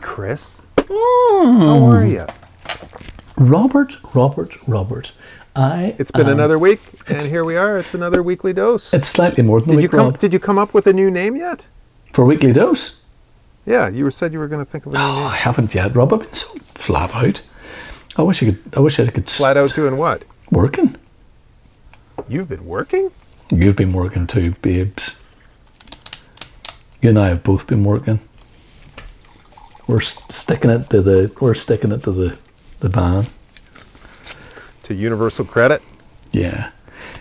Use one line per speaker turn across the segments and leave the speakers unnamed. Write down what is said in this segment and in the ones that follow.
Chris. How are you?
Robert, Robert, Robert. I.
It's been
am-
another week, and here we are. Uh, It's another weekly dose.
It's slightly more than a
Did you
week,
come?
Rob,
Did you come up with a new name yet?
for weekly dose.
Yeah, you were said you were going to think of a new
Oh,
name.
I haven't yet, Rob. I've been so flat out. I wish I could. I wish I could.
Flat out doing what?
Working.
You've been working.
You've been working too, babes. You and I have both been working. We're s- sticking it to the. We're sticking it to the, the van.
To Universal Credit.
Yeah.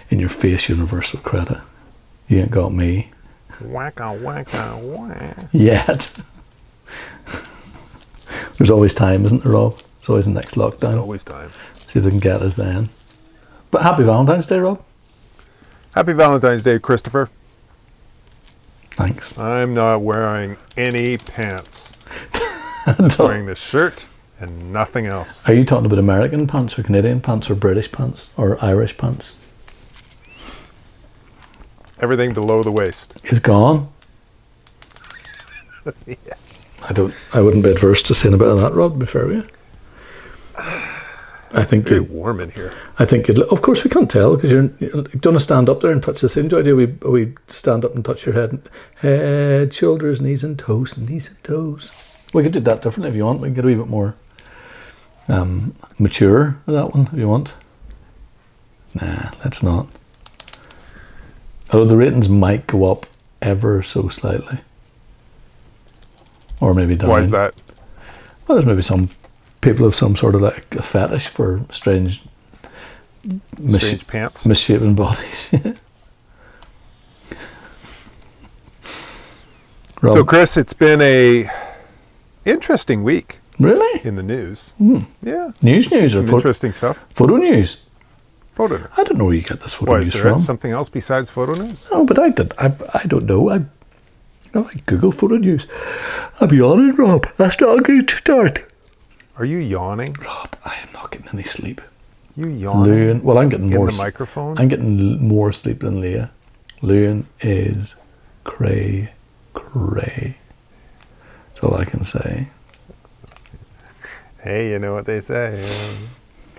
In your face, universal credit. You ain't got me
Wacka wacka ah, whack.
yet. There's always time, isn't there, Rob? It's always the next lockdown.
Always time.
See if they can get us then. But happy Valentine's Day, Rob.
Happy Valentine's Day, Christopher.
Thanks.
I'm not wearing any pants. wearing this shirt and nothing else.
Are you talking about American pants or Canadian pants or British pants or Irish pants?
Everything below the waist.
It's gone. I don't. I wouldn't be adverse to saying a bit of that, Rob. To be fair with you. I think
Very
you.
warm in here.
I think you'd. Of course, we can't tell because you're. you're you don't want to stand up there and touch the same. Do I do? We we stand up and touch your head, and, head, shoulders, knees, and toes, knees and toes. We could do that differently if you want. We can get a wee bit more um, mature with that one if you want. Nah, let's not. Although the ratings might go up ever so slightly, or maybe down.
Why is that?
Well, there's maybe some people have some sort of like a fetish for strange, mis-
Strange pants.
misshapen bodies. Rob,
So, Chris, it's been a interesting week
really?
in the news. Yeah,
News, news, or
some
Hmm. photo,
interesting stuff.
photo news?
Photo news.
I don't know where you get this photo
Why is
news
there
from.
something else besides photo news?
No, but I did. I, I don't know. I, you know, I Google photo news. I'll be honest, Rob. That's not a good start.
Are you yawning?
Rob, I am not getting any sleep.
You yawning
Loon. Well, I'm getting
in
more.
the
s-
microphone?
I'm getting l- more sleep than Leah. Loon is cray, cray. That's all I can say.
hey, you know what they say?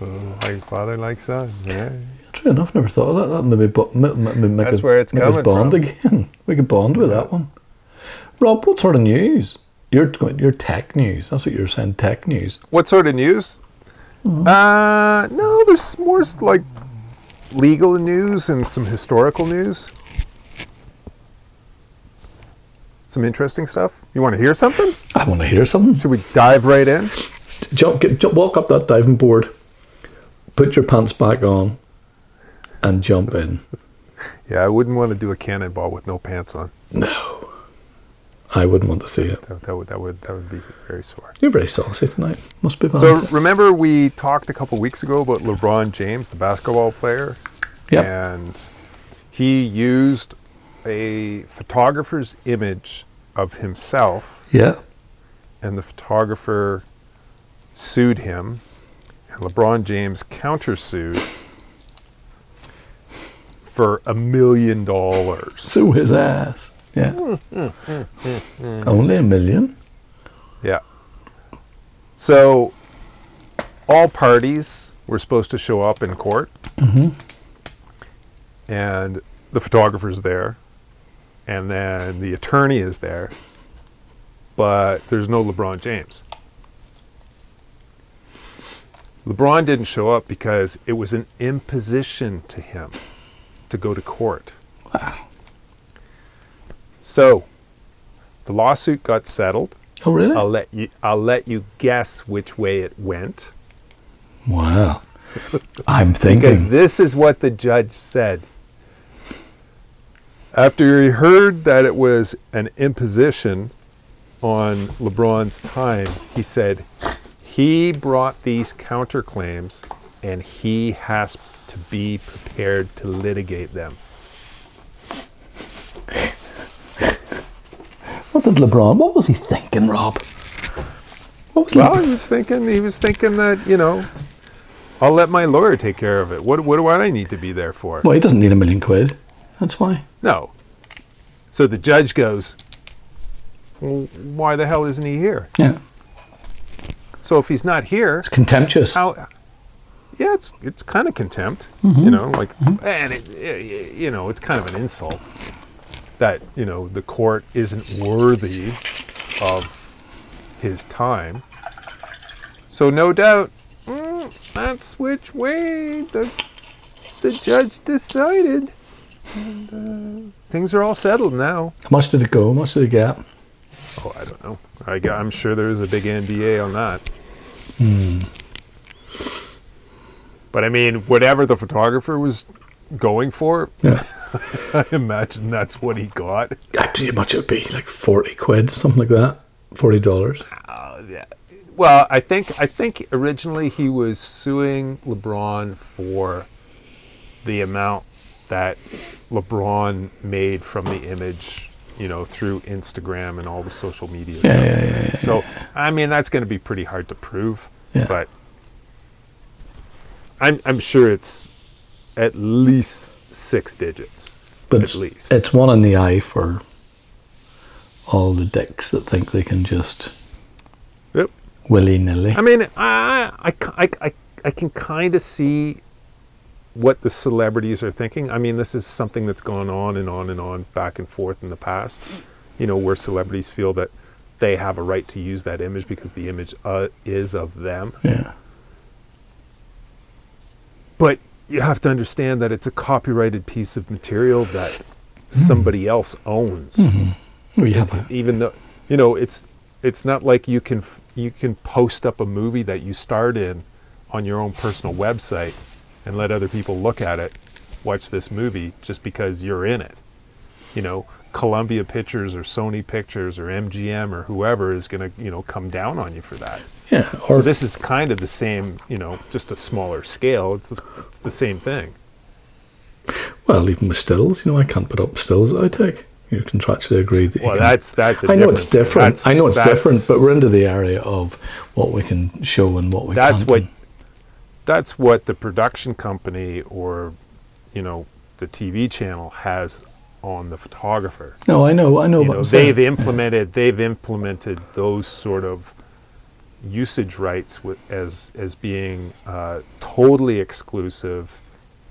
uh, Like father, like son. Yeah.
True enough, never thought of that. That maybe, bo- m- m- m- make
That's
us-
where it's
make us
coming
bond
from.
again. We could bond with that one. Rob, what sort of news? You're going. You're tech news. That's what you're saying. Tech news.
What sort of news? Uh, no, there's more s- like legal news and some historical news. Some interesting stuff. You want to hear something?
I want to hear something.
Should we dive right in?
jump, get, jump, walk up that diving board, put your pants back on, and jump in.
Yeah, I wouldn't want to do a cannonball with no pants on.
No, I wouldn't want to see it.
That, that would that would that would be very sore.
You're very saucy tonight. Must be bad.
So remember we talked a couple weeks ago about LeBron James, the basketball player,
yep.
and he used a photographer's image of himself,
yeah,
and the photographer sued him. And LeBron James countersued for a million dollars.
sue his ass. Yeah, only a million.
Yeah. So all parties were supposed to show up in court. And the photographer's there. And then the attorney is there. But there's no LeBron James. LeBron didn't show up because it was an imposition to him to go to court.
Wow.
So the lawsuit got settled.
Oh really?
I'll let you. I'll let you guess which way it went
wow. I'm
because
thinking.
this is what the judge said. After he heard that it was an imposition on LeBron's time, he said he brought these counterclaims and he has to be prepared to litigate them.
What did LeBron? What was he thinking, Rob? What was
Well,
LeBron?
he was thinking he was thinking that, you know, I'll let my lawyer take care of it. What what do I need to be there for?
Well, he doesn't need a million quid. That's why.
No. So the judge goes, well, why the hell isn't he here?
Yeah.
So if he's not here,
It's contemptuous.
how? Yeah, it's it's kind of contempt, you know, like, and it, it, you know, it's kind of an insult that you know the court isn't worthy of his time. So no doubt, mm, that's which way the the judge decided. And, uh, things are all settled now.
How much did it go? How much did it get?
Oh, I don't know. I got, I'm sure there's a big NDA on that. Hmm. But I mean, whatever the photographer was going for,
Yeah.
I imagine that's what he got.
God, do you much it would be? Like 40 quid, something like that. $40.
Well, I think I think originally he was suing LeBron for the amount that LeBron made from the image, you know, through Instagram and all the social media stuff.
yeah, yeah,
so, I mean, that's going to be pretty hard to prove,
Yeah.
but I'm I'm sure it's at least six digits.
But
At
it's,
least.
it's one in the eye for all the dicks that think they can just
Yep.
willy nilly.
I mean, I, I, I, I, I can kind of see what the celebrities are thinking. I mean, this is something that's gone on and on and on back and forth in the past, you know, where celebrities feel that they have a right to use that image because the image uh, is of them.
Yeah.
But you have to understand that it's a copyrighted piece of material that somebody else owns. Oh,
Well, you have a,
even though you know it's it's not like you can you can post up a movie that you starred in on your own personal website and let other people look at it watch this movie just because you're in it you know columbia pictures or sony pictures or mgm or whoever is going to you know come down on you for that
yeah.
so
Or
this is kind of the same you know just a smaller scale it's, it's the same thing
Well, even with stills, you know, I can't put up stills that I take. You contractually agree that. you
well
can-
that's that's a
I know it's different.
That's-
I know it's
that's-
different, but we're into the area of what we can show and what we
that's
can't.
what
and-
that's what the production company or you know the TV channel has on the photographer.
No, I know, I know.
You
what
know,
I'm saying.
they've implemented they've implemented those sort of usage rights with, as as being uh, totally exclusive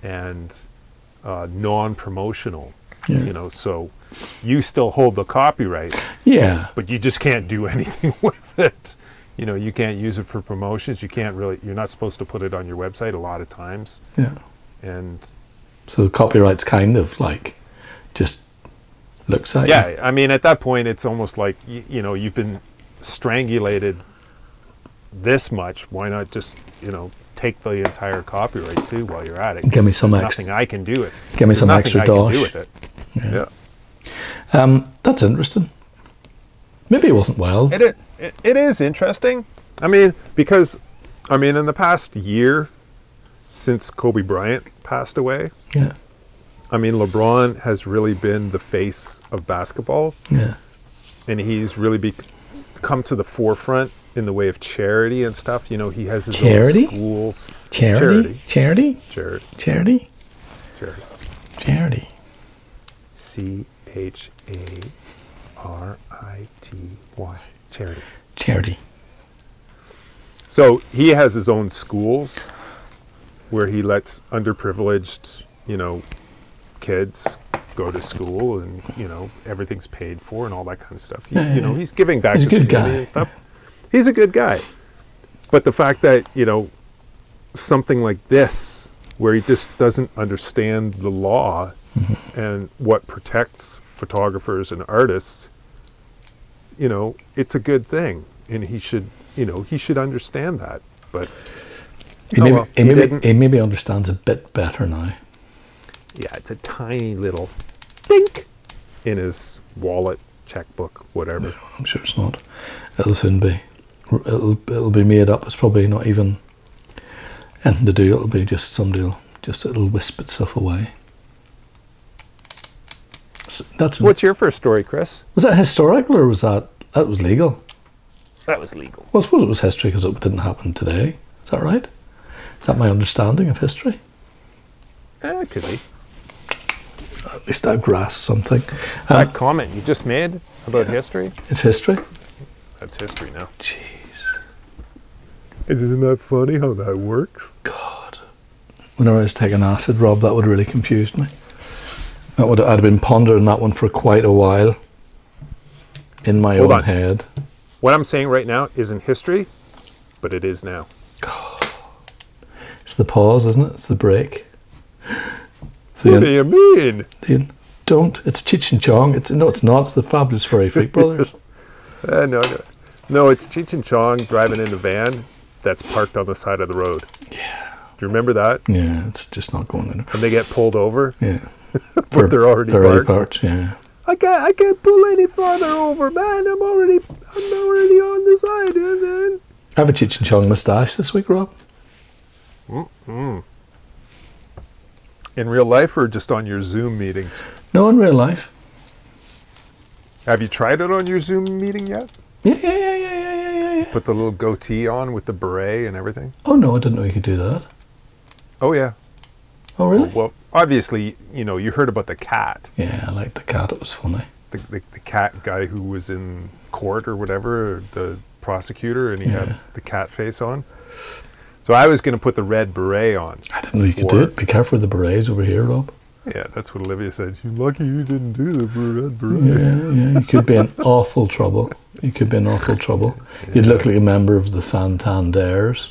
and uh, non-promotional.
Yeah.
You know, so you still hold the copyright,
Yeah.
but you just can't do anything with it. You know, you can't use it for promotions. You can't really. You're not supposed to put it on your website a lot of times.
Yeah.
And
So copyright's kind of like just looks at you.
yeah, I mean, at that point, it's almost like you, you know you've been strangulated this much. Why not just you know take the entire copyright too while you're at it? 'Cause
Give me some
there's
extra-
Nothing I can do it.
Give me
There's
some
nothing
extra
I can do
dosh.
with it. Yeah.
Um, that's interesting. Maybe it wasn't well.
It, i- it it is interesting. I mean, because I mean, in the past year since Kobe Bryant passed away,
yeah.
I mean, LeBron has really been the face of basketball,
Yeah.
and he's really be- come to the forefront in the way of charity and stuff. You know, he has his
Charity?
own schools,
Charity. Charity.
charity,
Charity.
charity,
Charity.
C H A R I T Y, charity.
Charity.
So he has his own schools where he lets underprivileged, you know, kids go to school and, you know, everything's paid for and all that kind of stuff. He's, you know, he's giving back
He's a
to the
good guy.
community and stuff. He's a good guy. But the fact that, you know, something like this where he just doesn't understand the law
Mm-hmm.
and what protects photographers and artists, you know, it's a good thing, and he should, you know, he should understand that. But
He,
Oh,
maybe,
well,
he,
he
maybe,
didn't.
he maybe understands a bit better now.
yeah, it's a tiny little think in his wallet, checkbook, whatever.
I'm sure it's not. It'll soon be. It'll it'll be made up. It's probably not even anything to do. It'll be just somebody. Will, just it'll wisp itself away. S- That's
What's your first story, Chris?
was that historical or was that that was legal?
That was legal.
Well, I suppose it was history because it didn't happen today. Is that right? Is that my understanding of history?
Eh, could be.
At least I've grasped something. Um,
That comment you just made about history—that's
it's history.
history now.
Jeez.
Isn't that funny how that works?
God. Whenever I was taking acid, Rob, that would really confused me. That would I'd been pondering that one for quite a while in my
Hold
own
on.
head.
What I'm saying right now isn't history, but it is now.
It's the pause, isn't it? It's the break. See,
What do you mean?
Ian, don't. It's Cheech and Chong. It's no, it's not. It's the Fabulous Furry Freak Brothers.
Uh, no, no, no. It's Cheech and Chong driving in a van that's parked on the side of the road. Yeah. Do you remember that?
yeah, it's just not going in.
And they get pulled over,
Yeah,
but they're already
they're
parked.
parked. Yeah,
I can't, I can't pull any farther over, man. I'm already, I'm already on the side, yeah, man.
I have a Cheech and Chong moustache this week, Rob.
In real life or just on your Zoom meetings?
No, in real life.
Have you tried it on your Zoom meeting yet?
Yeah, yeah, yeah, yeah, yeah, yeah, yeah, yeah.
Put the little goatee on with the beret and everything?
Oh no, I didn't know you could do that.
Oh, yeah.
Oh really?
Well, obviously, you know, you heard about the cat,
Yeah, I like the cat. It was funny.
the, the, the cat guy who was in court or whatever, or the prosecutor, and he
Yeah.
had the cat face on. So I was going to put the red beret on.
I didn't know you could do
Or-
it. Be careful with the berets over here, Rob.
Yeah, that's what Olivia said. You're lucky you didn't do the red beret.
Yeah, yeah. You could be in awful trouble. You could be in awful trouble. You'd look like a member of the Santander's.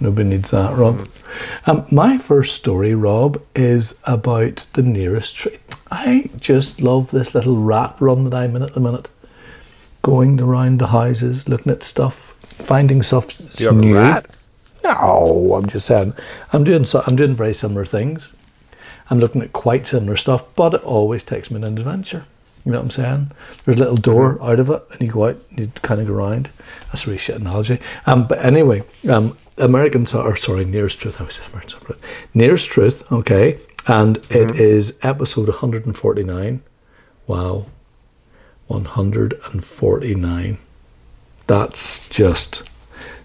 Nobody needs that, Rob. Um, my first story, Rob, is about the nearest tree. I just love this little rat run that I'm in at the minute. Going around the houses, looking at stuff, finding stuff
Do you have
new.
a rat?
No, I'm just saying. I'm doing so, I'm doing very similar things. I'm looking at quite similar stuff, but it always takes me on an adventure. You know what I'm saying? There's a little door out of it, and you go out and you kind of go around. That's a really shit analogy. Um, but anyway, um, Americans are sorry, nearest truth. I was saying Americans Are, nearest truth. Okay, and it is episode 149. Wow, 149. That's just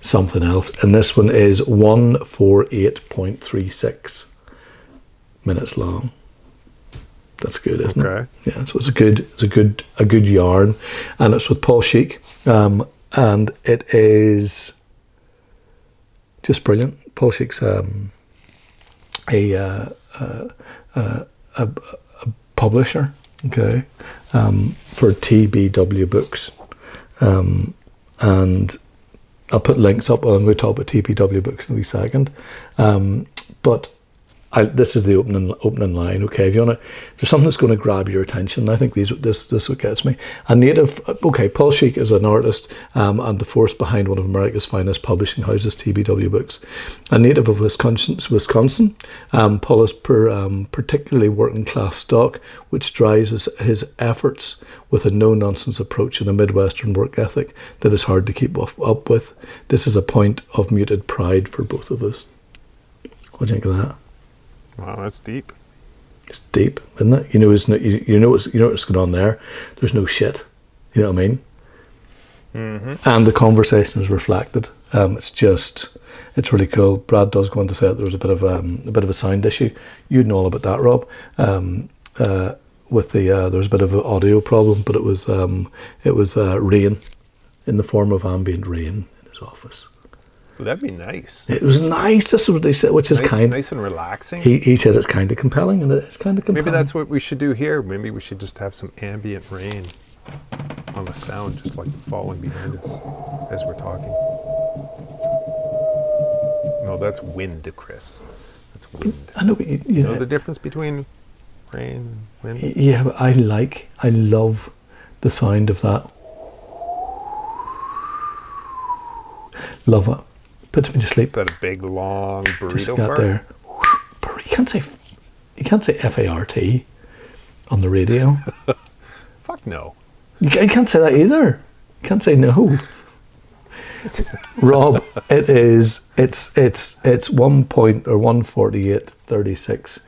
something else. And this one is 148.36 minutes long. That's good, isn't
Okay.
it? Yeah, so it's a good it's a good a good yarn. And it's with Paul Sheik. Um, and it is just brilliant. Paul Sheik's um, a, uh, uh, uh, a, a publisher, okay, um, for TBW Books. Um, and I'll put links up. I'm going to talk about TPW books in a wee second. Um, but I, this is the opening opening line. Okay, if you want to, there's something that's going to grab your attention. I think these this this is what gets me. A native. Okay, Paul Sheik is an artist um, and the force behind one of America's finest publishing houses, TBW Books. A native of Wisconsin, Wisconsin, um, Paul is per, um, particularly working class stock, which drives his, his efforts with a no nonsense approach and a Midwestern work ethic that is hard to keep up, up with. This is a point of muted pride for both of us. What do you think of that?
Wow, that's deep.
It's deep, isn't it? You know, it's no, you, you know what's you know what's going on there. There's no shit. You know what I mean?
Mm-hmm.
And the conversation is reflected. Um, it's just, it's really cool. Brad does go on to say that there was a bit of um, a bit of a sound issue. You'd know all about that, Rob. Um, uh, with the uh, there was a bit of an audio problem, but it was um, it was uh, rain in the form of ambient rain in his office.
Well, that'd be nice.
It was nice. This is what they said, which is
Nice,
kind.
nice and relaxing.
He he says it's kind of compelling, and it's kind of compelling.
Maybe that's what we should do here. Maybe we should just have some ambient rain on the sound, just like falling behind us as we're talking. No, that's wind, Chris. That's wind.
I know, but you, you
You know the difference between rain and wind?
Yeah, but I like, I love the sound of that. Love it. Puts me to
Is
sleep.
that a big, long
Just
burrito
got
fart?
there. But You can't say, you can't say F A R T on the radio.
Fuck no.
You ca- you can't say that either. You can't say no. Rob, it is. It's it's it's one point or one forty eight thirty six.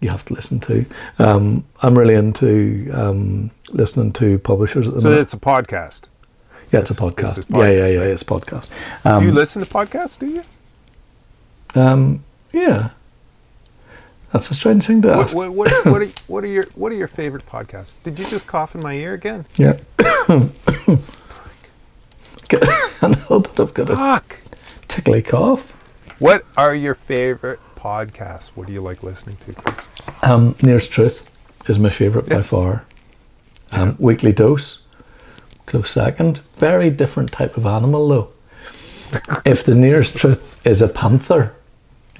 You have to listen to. Um, I'm really into um, listening to publishers at the
So
minute.
it's a podcast.
yeah, it's a
it's
podcast.
a
Yeah, yeah,
podcast,
yeah, it's a podcast.
you
Um,
listen to podcasts, do you?
um, yeah, that's a strange thing to
What,
ask.
what, what, what, are, what are your What are your favorite podcasts? Did you just cough in my ear again?
Yeah. I know, but I've got a
Fuck!
tickly cough.
What are your favorite podcasts? What do you like listening to, Chris?
Um, Nearest Truth is my favourite by far. Um, Weekly Dose, close second. Very different type of animal though. if the Nearest Truth is a panther,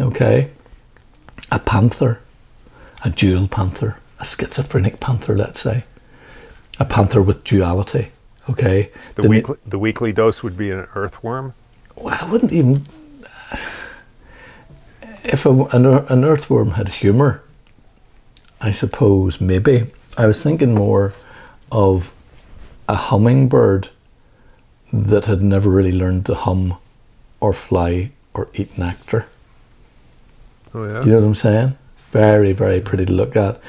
okay, a panther, a dual panther, a schizophrenic panther, let's say, a panther with duality, okay.
The,
ne-
weekly, the weekly dose would be an earthworm.
well, I wouldn't even. If a, an, ear- an earthworm had humour, I suppose maybe. I was thinking more of a hummingbird that had never really learned to hum or fly or eat nectar.
Oh, yeah.
You know what I'm saying? Very, very pretty to look at.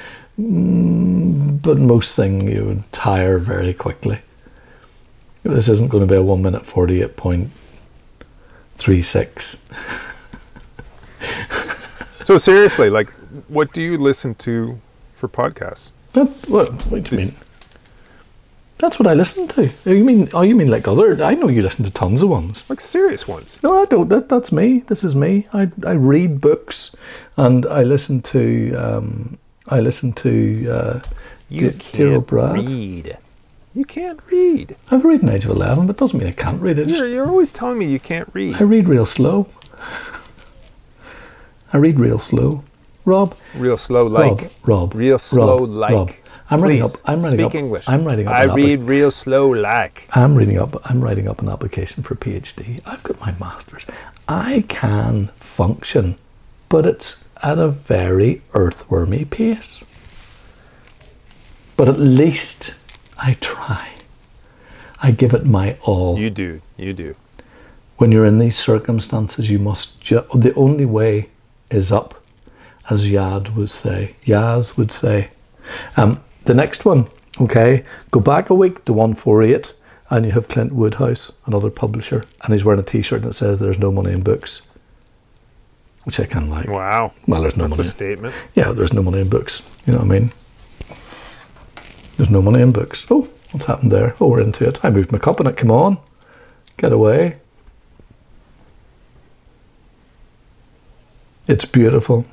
Mm, but most thing you would tire very quickly. This isn't going to be a 1 minute 48.36.
So, seriously, like, what do you listen to for podcasts?
That, what, what do you mean? That's what I listen to. Oh, You mean? Oh, you mean like other? I know you listen to tons of ones.
Like, serious ones.
No, I don't. That, that's me. This is me. I, I read books, and I listen to um, I listen to uh,
You
D- dear old
can't
Brad.
read. You can't read.
I've read an Age of Eleven, but it doesn't mean I can't read it.
You're, you're always telling me you can't read.
I read real slow. I read real slow. Rob,
Real slow, like.
Rob, Rob,
Real
Rob,
slow, like.
Rob. I'm writing
Please,
up. I'm writing
speak
up.
English.
I'm writing up.
I
an applic-
read real slow, like.
I'm reading up. I'm writing up an application for PhD. I've got my master's. I can function, but it's at a very earthwormy pace. But at least I try. I give it my all.
You do. You do.
when you're in these circumstances, you must. Ju- the only way is up, as Yad would say. Yaz would say. Um, the next one, okay, go back a week to 148, and you have Clint Woodhouse, another publisher, and he's wearing a T-shirt that says "There's no money in books," which I kind of like.
Wow.
Well, there's no
That's a
money.
statement.
Yeah, there's no money in books. You know what I mean? There's no money in books. Oh, what's happened there? Oh, we're into it. I moved my cup in it. Come on, get away. It's beautiful.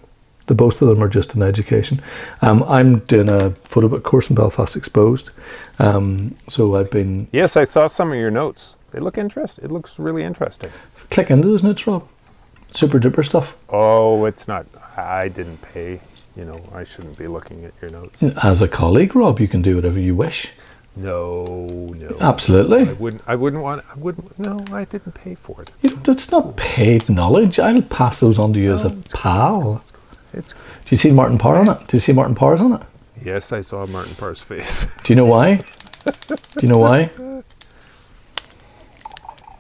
The both of them are just an education. Um, I'm doing a photo book course in Belfast Exposed, um, so I've been
Yes, I saw some of your notes. They look interesting. It looks really interesting.
click into those notes, Rob. Super duper stuff.
Oh, it's not. I didn't pay. You know, I shouldn't be looking at your notes.
As a colleague, Rob, you can do whatever you wish.
No, no.
Oh. Absolutely.
I wouldn't. I wouldn't want. I wouldn't. No, I didn't pay for it.
You know, It's not paid knowledge. I'll pass those on to you as a pal.
It's.
Do you see Martin Parr on it? Do you see Martin Parr's on it?
Yes, I saw Martin Parr's face
Do you know why? Do you know why?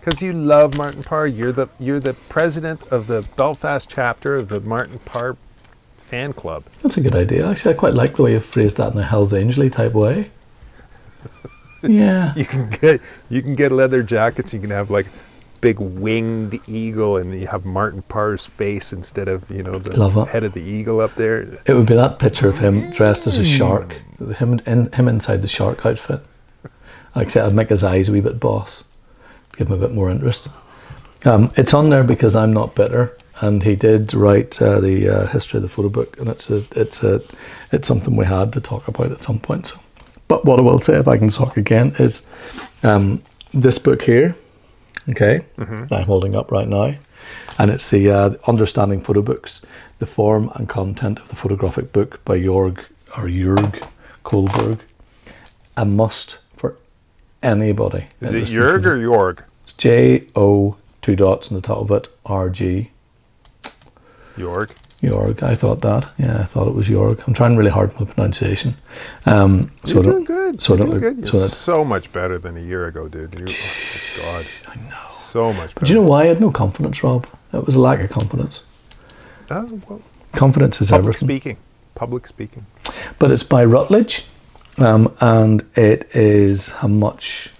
because you love Martin Parr. You're the you're the president of the Belfast chapter of the Martin Parr fan club.
That's a good idea. Actually, I quite like the way you phrased that in a Hell's Angel type way. Yeah.
You can get you can get leather jackets. You can have like big winged eagle, and you have Martin Parr's face instead of you know the
Love it.
head of the eagle up there.
It would be that picture of him dressed as a shark, him, in, him inside the shark outfit. Except I'd make his eyes a wee bit boss, give him a bit more interest. Um, it's on there because I'm not bitter, and he did write uh, the uh, history of the photo book, and it's a, it's a, it's something we had to talk about at some point. So, but what I will say, if I can talk again, is um, this book here, okay, that I'm holding up right now, and it's the uh, Understanding Photo Books: The Form and Content of the Photographic Book by Jorg or Jurg Kohlberg. A must for anybody.
Is
that
it
listens to
Jurg or Jorg?
it's J O two dots on the top of it R G
Jorg.
Jorg. I thought that. Yeah, I thought it was Jorg. I'm trying really hard with pronunciation. Um, so
You're
I don't-
doing good.
So I
You're
don't
doing
look-
good.
so
You're
that.
so much better than a year ago, dude. You, oh, my God. I know. So much better.
But do you know why I had no confidence, Rob? It was a lack of confidence.
Uh, well,
Confidence is
public
everything.
speaking. Public speaking.
but it's by Rutledge, um, and it is how much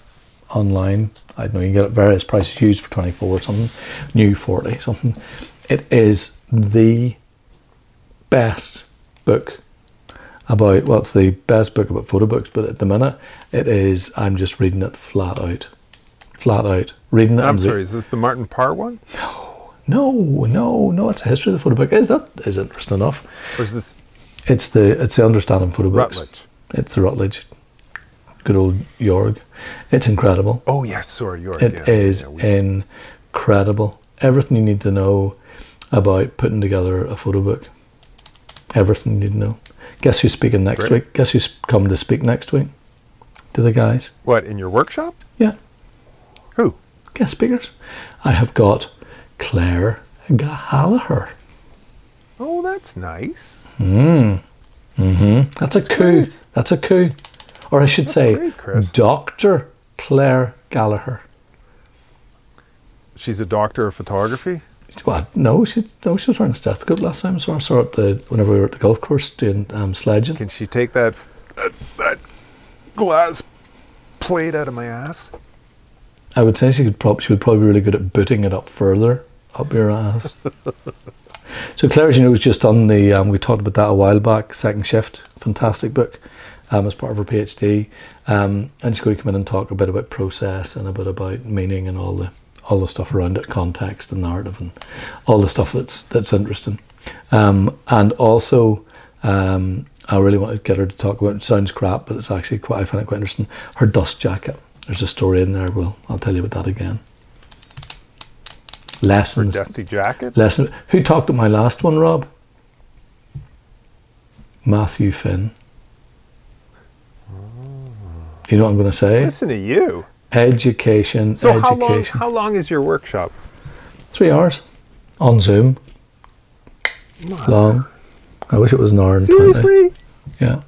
online? I don't know. You can get it at various prices used for twenty four or something, new forty something. It is the best book about well, it's the best book about photo books, but at the minute it is. I'm just reading it flat out. flat out. Reading it.
I'm
and re-
sorry, is this the Martin Parr one?
No, no, no. It's a history of the photo book. Is that is interesting enough?
Or is this
It's the it's the understanding photo books.
Rutledge?
It's the Rutledge. Good old Jorg. It's incredible.
Oh, yes, sorry, you're
It
yeah,
is
yeah, yeah, we-
incredible. Everything you need to know about putting together a photo book. Everything you need to know. Guess who's speaking next
Great.
week? Guess who's coming to speak next week? To the guys.
What, in your workshop?
Yeah,
Who?
guest speakers. I have got Claire Gallagher.
Oh, that's nice.
That's a coup. That's a coup. Or I should say,
great, Chris.
Dr. Claire Gallagher.
She's a doctor of photography.
What? No, she no, she was wearing a stethoscope last time. So I saw her at the whenever we were at the golf course doing um, sledging.
Can she take that that, that glass plate out of my ass?
I would say she could prob- she would probably be really good at booting it up further up your ass. so Claire, as you know, was just on the um, we talked about that a while back. Second shift, fantastic book. Um, as part of her PhD, um, and she's going to come in and talk a bit about process and a bit about meaning and all the all the stuff around it, context and narrative, and all the stuff that's that's interesting. Um, and also, um, I really want to get her to talk about. It sounds crap, but it's actually quite. I find it quite interesting. Her dust jacket. There's a story in there. Will I'll tell you about that again.
Her
Lessons.
dusty jacket?
Lesson. Who talked at my last one, Rob? Matthew Finn. You know what I'm going to say?
Listen to you.
Education.
So how long,
education.
how long is your workshop?
Three hours on Zoom. Long. I wish it was an hour and twenty.
Seriously?
Yeah.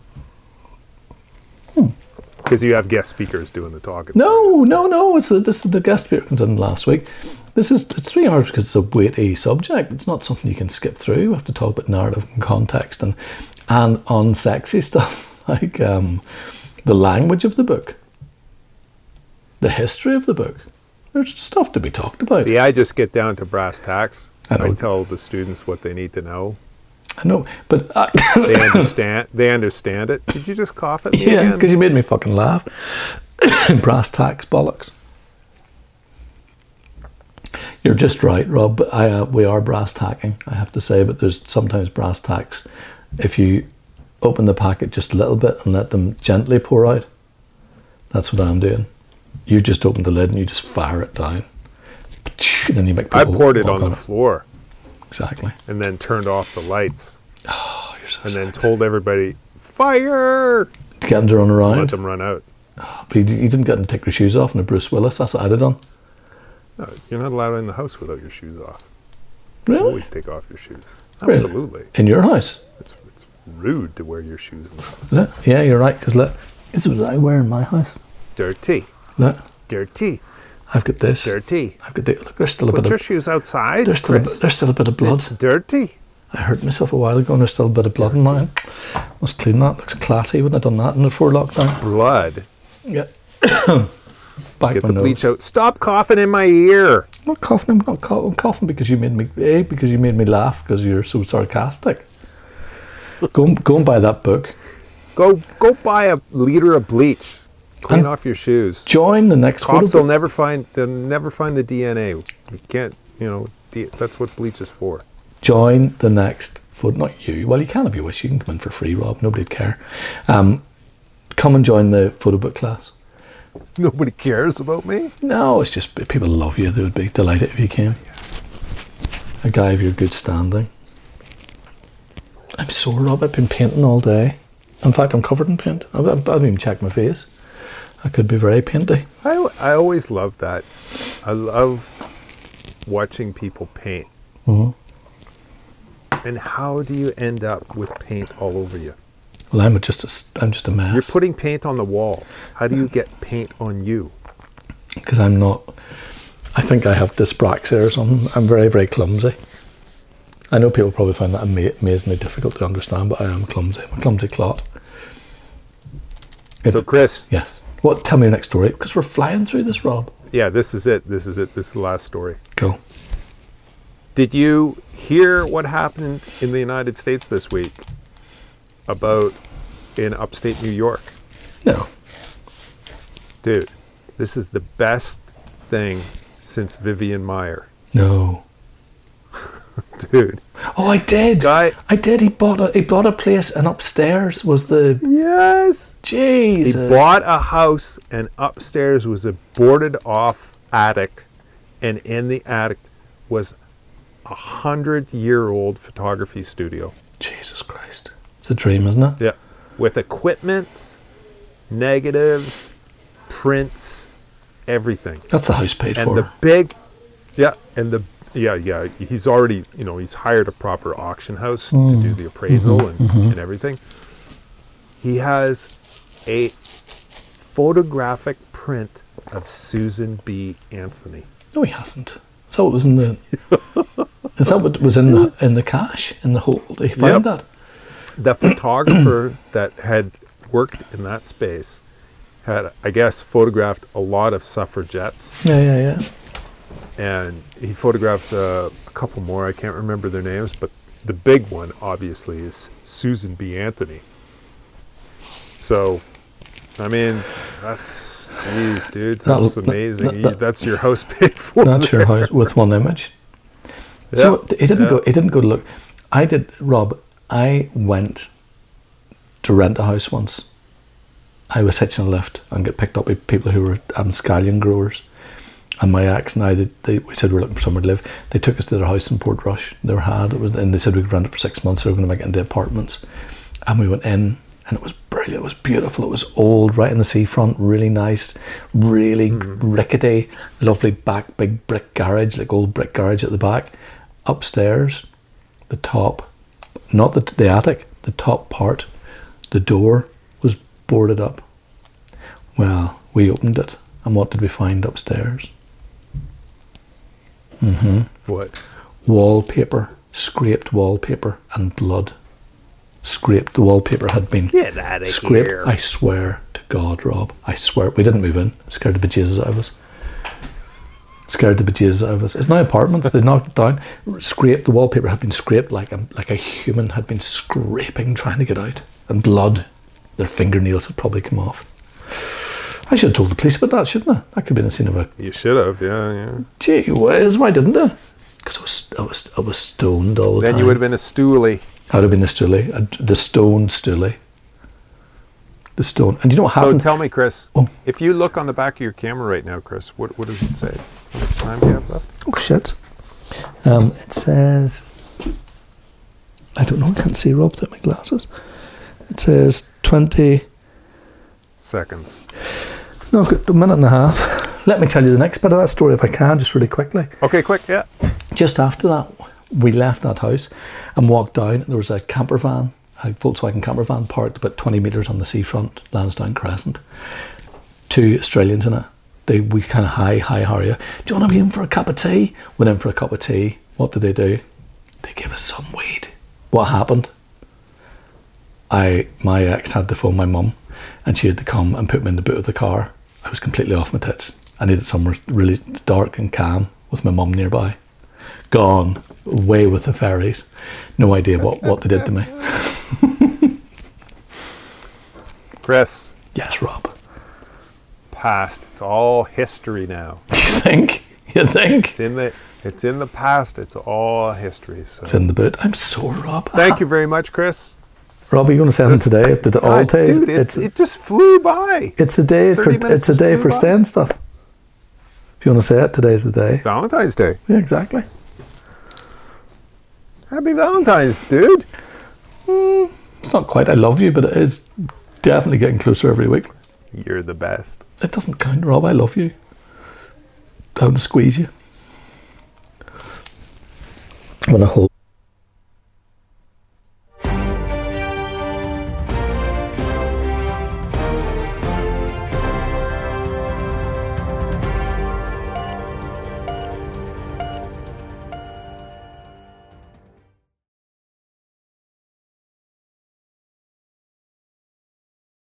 Because you have guest speakers doing the talking.
No, no, no. It's the, this the guest speaker comes in last week. This is it's three hours because it's a weighty subject. It's not something you can skip through. We have to talk about narrative and context and and unsexy stuff like um, the language of the book, the history of the book. There's stuff to be talked about.
See, I just get down to brass tacks.
I
I
know.
tell the students what they need to know.
I know, but I,
They understand. They understand it. Did you just cough at me
yeah,
again?
because you made me fucking laugh. Brass tacks bollocks. You're just right, Rob. but I, uh, we are brass tacking, I have to say, but there's sometimes brass tacks. If you open the packet just a little bit and let them gently pour out, that's what I'm doing. You just open the lid and you just fire it down. And then you make
I
people
poured it
Oh, walk
on the floor
Exactly.
and then turned off the lights
Oh, you're so
and
sick.
then told everybody fire.
To get them to run
Let
around.
them run out.
But you, you didn't get them to take their shoes off and a Bruce Willis. That's what I did on.
No, you're not allowed in the house without your shoes off.
Really?
Always take off your shoes.
Really?
Absolutely.
In your house?
It's, it's rude to wear your shoes in the house.
Look, yeah, you're right. Because look, this is what I wear in my house.
Dirty.
Look,
Dirty.
I've got this.
Dirty.
I've got this. Look, there's still a
Put
bit
your
of
shoes outside.
there's still a, bit-
Chris.
there's still a bit of blood.
It's dirty.
I hurt myself a while ago, and there's still a bit of blood in mine. Must clean that. Looks clatty. Wouldn't have done that in the before lockdown.
Blood.
Yeah. Back
Get
my
the
nose.
bleach out. Stop coughing in my ear.
I'm not coughing. I'm not coughing. I'm coughing because you made me a because you made me laugh because you're so sarcastic. go and, go and buy that book.
Go go buy a liter of bleach. Clean
And-
off your shoes.
Join the next photo
Cops will
book-
never find they'll never find the DNA. You can't you know D, that's what bleach is for.
join the next foot not you well you can if you wish you can come in for free rob nobody'd care um, come and join the photo book class
Nobody cares about me.
no it's just people love you they would be delighted if you came a guy of your good standing i'm sore rob i've been painting all day in fact i'm covered in paint i, I, I haven't even checked my face i could be very painty
I, I always love that. I love watching people paint. And how do you end up with paint all over you?
well i'm just a, s- i'm just a mess
You're putting paint on the wall. How do you get paint on you?
because I'm not. I think I have dyspraxia or something. I'm very, very clumsy. I know people probably find that ama- amazingly difficult to understand, but I am clumsy. I'm a clumsy clot. If-
So Chris,
yes. What? Tell me your next story because we're flying through this, Rob.
yeah, this is it. This is it. This is the last story.
Go.
Did you hear what happened in the United States this week about in upstate New York?
No.
Dude, this is the best thing since Vivian Meyer.
No.
Dude.
Oh, I did.
Guy-
I did. He bought a he bought a place, and upstairs was the
Yes. He
Jesus.
bought a house, and upstairs was a boarded off attic, and in the attic was a hundred year old photography studio.
Jesus Christ! It's a dream, isn't it?
Yeah. With equipment, negatives, prints, everything.
That's the house paid
And
for.
the big Yeah, and the yeah, yeah, he's already, you know, he's hired a proper auction house to do the appraisal and, and everything. He has a photographic print of Susan B. Anthony.
no, he hasn't. So it was in the. is that what was in the in the cache in the hold? He found that.
the photographer that had worked in that space had, I guess, photographed a lot of suffragettes,
Yeah, yeah, yeah.
and he photographed uh, a couple more. I can't remember their names, but the big one, obviously, is Susan B. Anthony. So, I mean, that's jeez, dude,
That'll-
that's amazing.
that-
You-
that-
that's your house paid for.
Not sure how with one image. So
Yeah,
he didn't
yeah.
go. He didn't go to look. I did, Rob. I went to rent a house once. I was hitching a lift and get picked up by people who were um, scallion growers. And my ex and I, they, they, we said we were looking for somewhere to live. They took us to their house in Port Rush. They were had. It was, and they said we could rent it for six months. They were going to make it into apartments. And we went in, and it was brilliant. It was beautiful. It was old, right in the seafront. Really nice, really rickety, lovely back, big brick garage, like old brick garage at the back. Upstairs, the top, not the, the attic, the top part, the door was boarded up. Well, we opened it, and what did we find upstairs?
What?
Wallpaper, scraped wallpaper, and blood. Scraped, the wallpaper had been
Get out of
scraped.
here!
I swear to God, Rob, I swear. We didn't move in. Scared the bejesus out of us. Scared the bejesus out of us. It's now apartments. They knocked it down, scraped. The wallpaper had been scraped like a, like a human had been scraping, trying to get out. And blood. Their fingernails had probably come off. I should have told the police about that, shouldn't I? That could have been the scene of a
You should have, yeah, yeah.
Gee whiz, why didn't I? Because I was, I was, I was stoned all the
Then
time.
you would have been a stoolie.
I'd have been a stoolie, a- the stone stoolie. The stone. And you know what
So
happened?
tell me, Chris,
Oh.
if you look on the back of your camera right now, Chris, what, what does it say? How much time do you have left?
Oh shit. Um, it says I don't know, I can't see Rob without my glasses. It says twenty
Seconds.
no, I've got a minute and a half. Let me tell you the next bit of that story if I can, just really quickly.
Okay, quick, yeah.
Just after that, we left that house and walked down. There was a camper van, a Volkswagen camper van parked about 20 metres on the seafront, Lansdowne Crescent. Two Australians in it. They, we kind of, hi, hi, how are you? Do you want to be in for a cup of tea? Went in for a cup of tea. What did they do? They gave us some weed. What happened? I my ex had to phone my mum, and she had to come and put me in the boot of the car. I was completely off my tits. I needed somewhere really dark and calm with my mum nearby. Gone way with the fairies. No idea what what they did to me.
Chris,
Yes, Rob.
past. It's all history now.
You think? You think?
It's in the it's in the past. It's all history. So
It's in the boot. I'm sore, Rob.
thank you very much, Chris.
Rob, are you gonna send them today after the
God,
old days?
dude, it,
it's
it just flew by.
it's a day for
30 minutes
it's a
just
day
flew
for
by.
Stan stuff. If you wanna say it, today's the day.
Valentine's Day.
Yeah, exactly.
Happy Valentine's, dude.
It's not quite. I love you, but it is definitely getting closer every week.
You're the best.
It doesn't count, Rob. I love you. I want to squeeze you.
I'm gonna hold